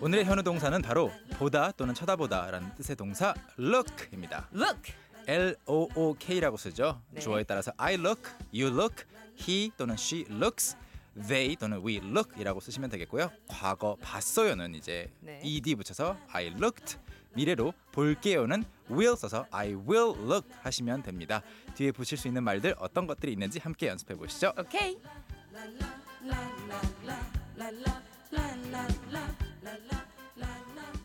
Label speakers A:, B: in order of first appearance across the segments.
A: 오늘의 현우 동사는 바로 보다 또는 쳐다보다라는 뜻의 동사 look입니다.
B: Look.
A: L O O K라고 쓰죠.
B: 네.
A: 주어에 따라서 I look, you look, he 또는 she looks, they 또는 we look이라고 쓰시면 되겠고요. 과거 봤어요는 이제
B: 네.
A: ed 붙여서 I looked. 미래로 볼게요는 will 써서 I will look 하시면 됩니다. 뒤에 붙일 수 있는 말들 어떤 것들이 있는지 함께 연습해 보시죠.
B: 오케이.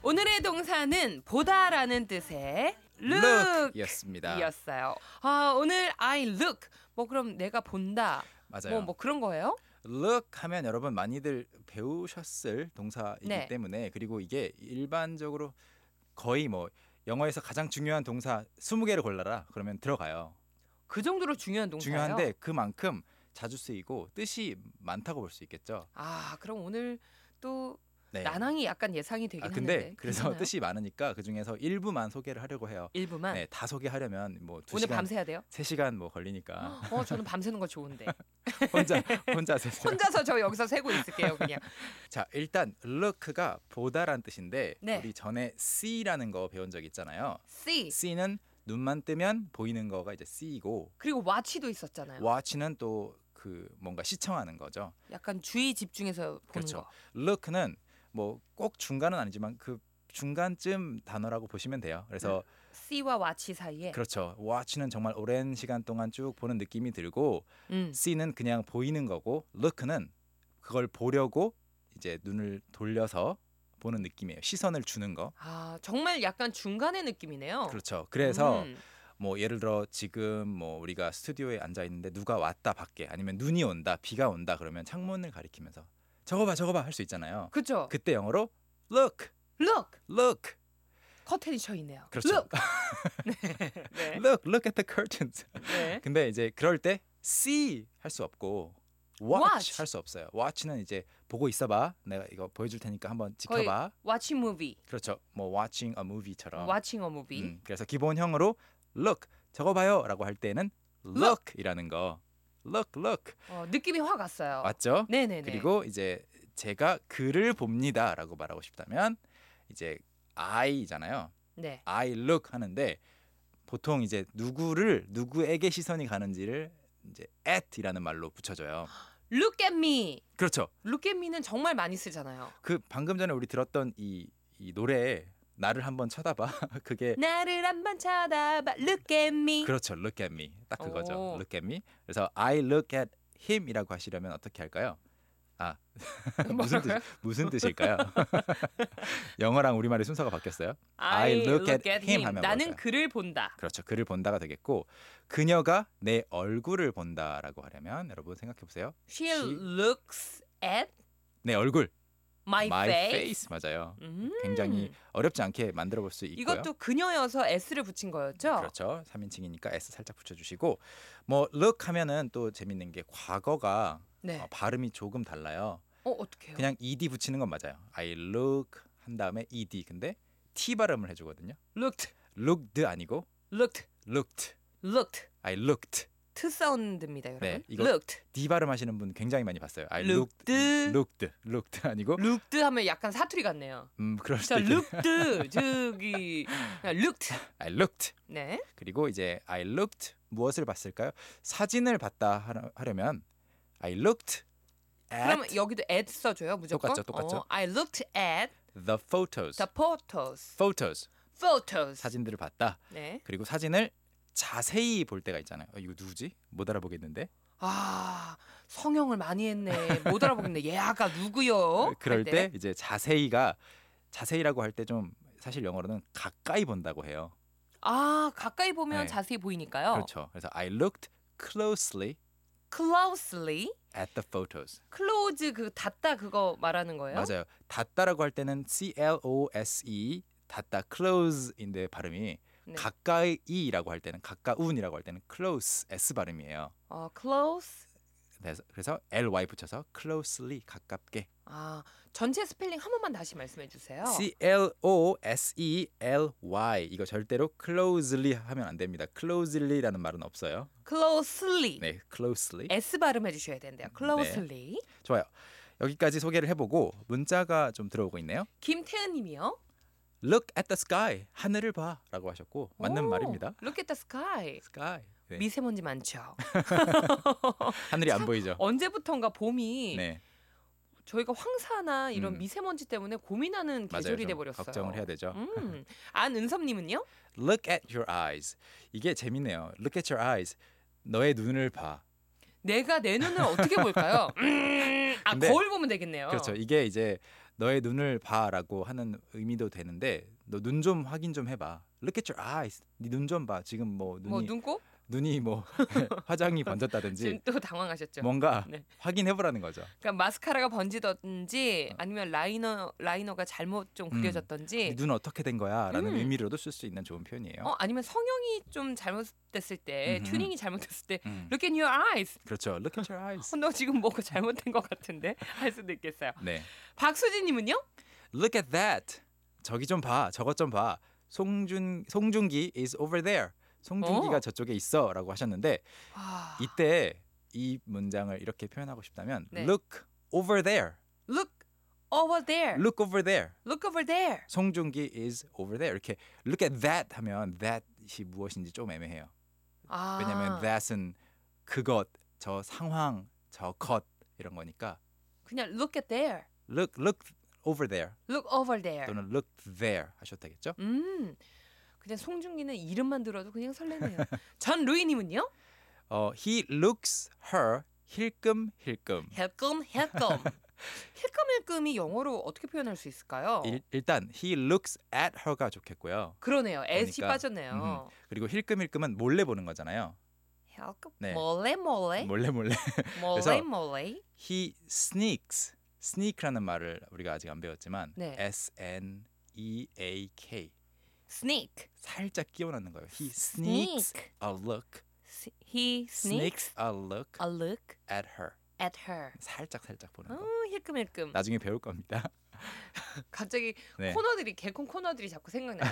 B: 오늘의 동사는 보다라는 뜻의 look
A: look였습니다.
B: 이었어요. 아, 오늘 I look. 뭐 그럼 내가 본다.
A: 맞아요.
B: 뭐 뭐 그런 거예요?
A: look 하면 여러분 많이들 배우셨을 동사이기
B: 네.
A: 때문에 그리고 이게 일반적으로 거의 뭐 영어에서 가장 중요한 동사 20개를 골라라 그러면 들어가요.
B: 그 정도로 중요한 동사예요.
A: 중요한데 그만큼 자주 쓰이고 뜻이 많다고 볼 수 있겠죠.
B: 아, 그럼 오늘 또
A: 네.
B: 난항이 약간 예상이 되긴
A: 아 근데
B: 했는데.
A: 그래서
B: 괜찮아요?
A: 뜻이 많으니까 그 중에서 일부만 소개를 하려고 해요.
B: 일부만
A: 네, 다 소개하려면 뭐 두
B: 오늘
A: 시간,
B: 밤새야 돼요?
A: 세 시간 뭐 걸리니까
B: 어, 저는 밤새는 거 좋은데.
A: 혼자 혼자 세세요.
B: 혼자서 저 여기서 세고 있을게요, 그냥.
A: 자 일단 look가 보다란 뜻인데
B: 네.
A: 우리 전에 see라는 거 배운 적 있잖아요.
B: See.
A: see는 눈만 뜨면 보이는 거가 이제 see고
B: 그리고 watch도 있었잖아요.
A: watch는 또 그 뭔가 시청하는 거죠.
B: 약간 주의 집중해서 보는
A: 그렇죠.
B: 거.
A: look는 뭐 꼭 중간은 아니지만 그 중간쯤 단어라고 보시면 돼요.
B: 음.
A: 그래서
B: C와 watch 사이에.
A: 그렇죠. watch는 정말 오랜 시간 동안 쭉 보는 느낌이 들고
B: 음.
A: see는 그냥 보이는 거고 look는 그걸 보려고 이제 눈을 돌려서 보는 느낌이에요. 시선을 주는 거.
B: 아 정말 약간 중간의 느낌이네요.
A: 그렇죠. 그래서
B: 어. 음.
A: 뭐 예를 들어 지금 뭐 우리가 스튜디오에 앉아 있는데 누가 왔다 밖에 아니면 눈이 온다 비가 온다 그러면 창문을 가리키면서 저거 봐 저거 봐 할 수 있잖아요.
B: 그렇죠.
A: 그때 영어로 look
B: Look
A: look
B: 커튼이 쳐 있네요.
A: 그 그렇죠.
B: Look. 네.
A: look look at the curtains.
B: 네.
A: 근데 이제 그럴 때 see 할 수 없고 watch,
B: Watch.
A: 할 수 없어요. watch는 이제 보고 있어봐. 내가 이거 보여줄 테니까 한번
B: 거의
A: 지켜봐.
B: Watching movie.
A: 그렇죠. 뭐 watching a movie처럼.
B: Watching a movie.
A: 음, 그래서 기본형으로 look 저거 봐요라고 할 때는 look이라는 거. look look
B: 어, 느낌이 확 왔어요.
A: 맞죠?
B: 네네네.
A: 그리고 이제 제가 글을 봅니다라고 말하고 싶다면 이제 I잖아요.
B: 네.
A: I look 하는데 보통 이제 누구를 누구에게 시선이 가는지를 이제 at이라는 말로 붙여줘요.
B: Look at me.
A: 그렇죠.
B: Look at me는 정말 많이 쓰잖아요.
A: 그 방금 전에 우리 들었던 이, 이 노래에 나를 한번 쳐다봐.
B: 네.
A: 그게
B: 나를 한번 쳐다봐. Look at me.
A: 그렇죠. Look at me. 딱 그거죠.
B: 오.
A: Look at me. 그래서 I look at him이라고 하시려면 어떻게 할까요? 아
B: 뭐
A: 무슨 뜻 무슨 뜻일까요? 영어랑 우리말의 순서가 바뀌었어요. I look at him 하면
B: 나는
A: 뭘까요?
B: 그를 본다.
A: 그렇죠. 그를 본다가 되겠고 그녀가 내 얼굴을 본다라고 하려면 여러분 생각해 보세요.
B: She,
A: She-
B: looks at
A: 내 얼굴
B: my,
A: my
B: face.
A: face 맞아요.
B: 음.
A: 굉장히 어렵지 않게 만들어 볼 수 있고요.
B: 이것도 그녀여서 S를 붙인 거였죠?
A: 그렇죠. 3인칭이니까 S 살짝 붙여 주시고 뭐 look 하면은 또 재밌는 게 과거가
B: 네.
A: 어, 발음이 조금 달라요.
B: 어, 어떡해요?
A: 그냥 ed 붙이는 건 맞아요. I look 한 다음에 ed 근데 t 발음을 해 주거든요.
B: looked,
A: looked 아니고
B: looked,
A: looked.
B: looked.
A: I looked.
B: 트 사운드입니다, 여러분.
A: 네, 이거-
B: looked.
A: D 발음하시는 분 굉장히 많이 봤어요. I
B: looked.
A: looked, looked 아니고
B: looked 하면 약간 사투리 같네요.
A: 음 그럴
B: 자,
A: 수도 있겠
B: looked 저기 그냥 looked.
A: I looked
B: 네.
A: 그리고 이제 I looked 무엇을 봤을까요? 사진을 봤다 하려- 하려면 I looked
B: 그럼
A: at
B: 여기도 at 써 줘요, 무조건.
A: 똑같죠, 똑같죠.
B: 어, I looked at
A: the photos.
B: the photos.
A: photos
B: photos.
A: 사진들을 봤다.
B: 네.
A: 그리고 사진을 자세히 볼 때가 있잖아요. 어, 이거 누구지? 못 알아보겠는데.
B: 아, 성형을 많이 했네. 못 알아보겠네. 얘 아까 누구요?
A: 어,
B: 어?
A: 그럴
B: 할
A: 때 이제 자세히가 자세히라고 할 때 좀 사실 영어로는 가까이 본다고 해요.
B: 아, 가까이 보면
A: 네.
B: 자세히 보이니까요.
A: 그렇죠. 그래서 I looked closely
B: closely
A: at the photos.
B: close 그 닫다 그거 말하는 거예요?
A: 맞아요. 닫다라고 할 때는 C L O S E 닫다 close인데 발음이
B: 네.
A: 가까이라고 할 때는 가까운이라고 할 때는 close s 발음이에요.
B: 어, close
A: 그래서- 그래서 ly 붙여서 closely 가깝게
B: 아 전체 스펠링 한 번만 다시 말씀해 주세요.
A: c l o s e l y 이거 절대로 closely 하면 안 됩니다. closely라는 말은 없어요.
B: closely.
A: 네, closely.
B: S 발음해 주셔야 된대요. closely.
A: 좋아요. 여기까지 소개를 해보고 문자가 좀 들어오고 있네요.
B: 김태은 님이요.
A: Look at the sky. 하늘을 봐라고 하셨고 맞는
B: 오,
A: 말입니다.
B: Look at the sky.
A: sky. 네.
B: 미세먼지 많죠.
A: 하늘이 안 보이죠.
B: 언제부턴가 봄이
A: 네,
B: 저희가 황사나 이런
A: 음.
B: 미세먼지 때문에 고민하는
A: 맞아요.
B: 계절이 돼
A: 좀
B: 버렸어요.
A: 걱정을 해야 되죠.
B: 음. 안은섭 님은요?
A: Look at your eyes. 이게 재밌네요. Look at your eyes. 너의 눈을 봐.
B: 내가 내 눈을 어떻게 볼까요? 음, 아
A: 근데-
B: 거울 보면 되겠네요.
A: 그렇죠. 이게 이제 너의 눈을 봐라고 하는 의미도 되는데 너 눈 좀 확인 좀 해봐. Look at your eyes. 네 눈 좀 봐. 지금 뭐 눈이
B: 뭐 눈곱?
A: 눈이 뭐 화장이
B: 지금
A: 번졌다든지
B: 또 당황하셨죠.
A: 뭔가
B: 네.
A: 확인해보라는 거죠.
B: 그러니까 마스카라가 번지던지 아니면 라이너 라이너가 잘못 좀
A: 어. 음.
B: 그려졌던지
A: 네눈 어떻게 된 거야라는
B: 예. 음.
A: 의미로도 쓸 수 있는 좋은 표현이에요.
B: 어 아니면 성형이 좀 잘못됐을 때
A: 음흠.
B: 튜닝이 잘못됐을 때
A: 음.
B: Look at your eyes.
A: 그렇죠. Look at your eyes.
B: 어, 너 지금 뭐가 잘못된 것 같은데 할 수도 있겠어요.
A: 네.
B: 박수진님은요?
A: Look at that. 저기 좀 봐. 저것 좀 봐. 송준 송중기 is over there. 송중기가
B: 어.
A: 저쪽에 있어라고 하셨는데
B: 와,
A: 이때 이 문장을 이렇게 표현하고 싶다면
B: 네.
A: look over there.
B: Look over there. Look,
A: look over there.
B: over there.
A: 송중기 is over there. 이렇게 look at that 하면 that이 무엇인지 좀 애매해요.
B: 아,
A: 왜냐면 that은 그것, 저 상황, 저 것 이런 거니까
B: 그냥 look at there.
A: look look over there
B: Look over there.
A: 또는 look there 하셔도 되겠죠?
B: 음, 그냥 송중기는 이름만 들어도 그냥 설레네요. 전 루이님은요?
A: 어, he looks her 힐끔 힐끔.
B: 헬끔 헬끔. 헬끔 헬끔이 영어로 어떻게 표현할 수 있을까요?
A: 일, 일단 he looks at her가 좋겠고요.
B: 그러네요. S이
A: 그러니까,
B: 빠졌네요.
A: 그리고 힐끔 힐끔은 몰래 보는 거잖아요.
B: 헬끔.
A: 네.
B: 몰래 몰래.
A: 몰래 몰래.
B: 몰래
A: 그래서-
B: 몰래.
A: he sneaks. sneak라는 말을 우리가 아직 안 배웠지만
B: 네.
A: S N E A K
B: Sneak.
A: 살짝 끼워넣는 거예요. he sneaks a look.
B: S- He sneaks 어.
A: sneaks a look
B: a look
A: at her.
B: at her.
A: 살짝 살짝
B: 어,
A: 보는 거.
B: 힐끔힐끔.
A: 나중에 배울 겁니다.
B: 갑자기
A: 아. 네.
B: 코너들이 개콘 코너들이 자꾸 생각나요.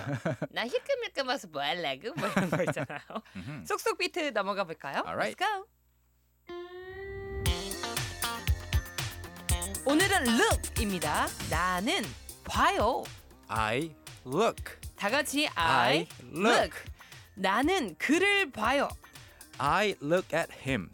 B: 나 힐끔힐끔 와서 뭐 할라고 뭐 이런 거 있잖아요.
A: 음흠.
B: 쏙쏙 비트 넘어가 볼까요?
A: Alright.
B: Let's go. 오늘은 look입니다. 나는 봐요.
A: I look.
B: 다 같이 I,
A: I look.
B: 나는 그를 봐요.
A: I look at him.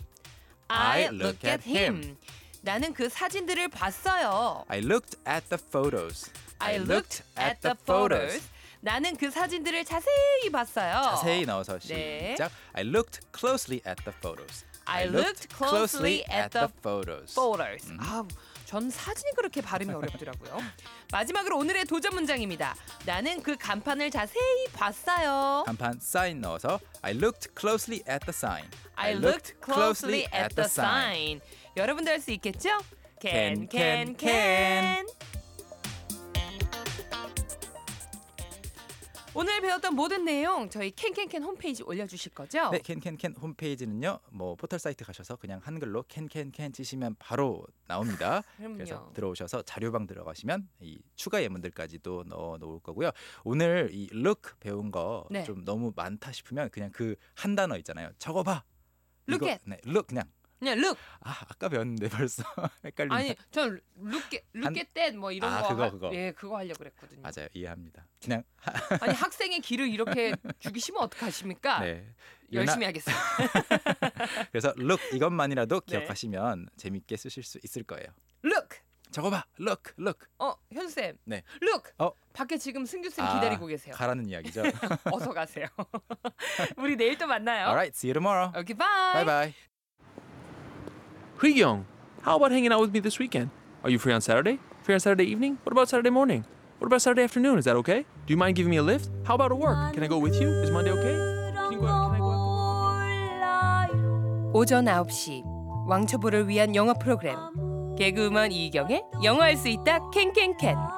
A: I look at him.
B: 나는 그 사진들을 봤어요.
A: I looked at the photos.
B: I looked at the photos. 나는 그 사진들을 자세히 봤어요.
A: 자세히 넣어서
B: 네.
A: 시작. I looked closely at the photos.
B: I looked closely at the
A: photos.
B: photos. 아우, 전 사진이 그렇게 발음이 어렵더라고요. 마지막으로 오늘의 도전 문장입니다. 나는 그 간판을 자세히 봤어요.
A: 간판 sign 넣어서 I looked closely at the sign.
B: I looked closely at the sign. 여러분도 할 수 있겠죠? Can can can. 오늘 배웠던 모든 내용 저희 캔캔캔 홈페이지 올려주실 거죠?
A: 네, 캔캔캔 홈페이지는요. 뭐 포털 사이트 가셔서 그냥 한글로 캔캔캔 치시면 바로 나옵니다.
B: 아, 그럼요.
A: 그래서 들어오셔서 자료방 들어가시면 이 추가 예문들까지도 넣어 놓을 거고요. 오늘 이 look 배운 거 좀
B: 네.
A: 너무 많다 싶으면 그냥 그 한 단어 있잖아요. 적어 봐.
B: Look
A: 이거-
B: at.
A: 네, look 그냥
B: 그냥 look.
A: 아, 아까 배웠는데 벌써 헷갈리네.
B: 아니 전 look
A: 한-
B: look at that 뭐 이런
A: 아,
B: 거
A: 그거,
B: 하-
A: 그거.
B: 예 그거 하려고 그랬거든요.
A: 맞아요. 이해합니다. 그냥
B: 아니 학생의 길을 이렇게 죽이시면 어떡하십니까?
A: 네.
B: 아, 열심히 하겠어요.
A: 요나- 그래서 look 이것만이라도
B: 네.
A: 기억하시면 재밌게 쓰실 수 있을 거예요.
B: look.
A: 저거 봐. look look.
B: 어 현수 쌤.
A: 네.
B: look.
A: 어.
B: 밖에 지금 승규 쌤
A: 아,
B: 기다리고 계세요.
A: 가라는 이야기죠.
B: 어서 가세요. 우리 내일 또 만나요.
A: Alright, see you tomorrow.
B: Oh. Okay,
A: Bye bye.
C: Young, how about hanging out with me this weekend? Are you free on Saturday? Free on Saturday evening? What about Saturday morning? What about Saturday afternoon? Is that okay? Do you mind giving me a lift? How about a work? Can I go with you? Is Monday okay? Can you go out? Can I go out?
B: 오전 9시 왕초보를 위한 영어 프로그램 개그우먼 이경의 영어할 수 있다 캔캔캔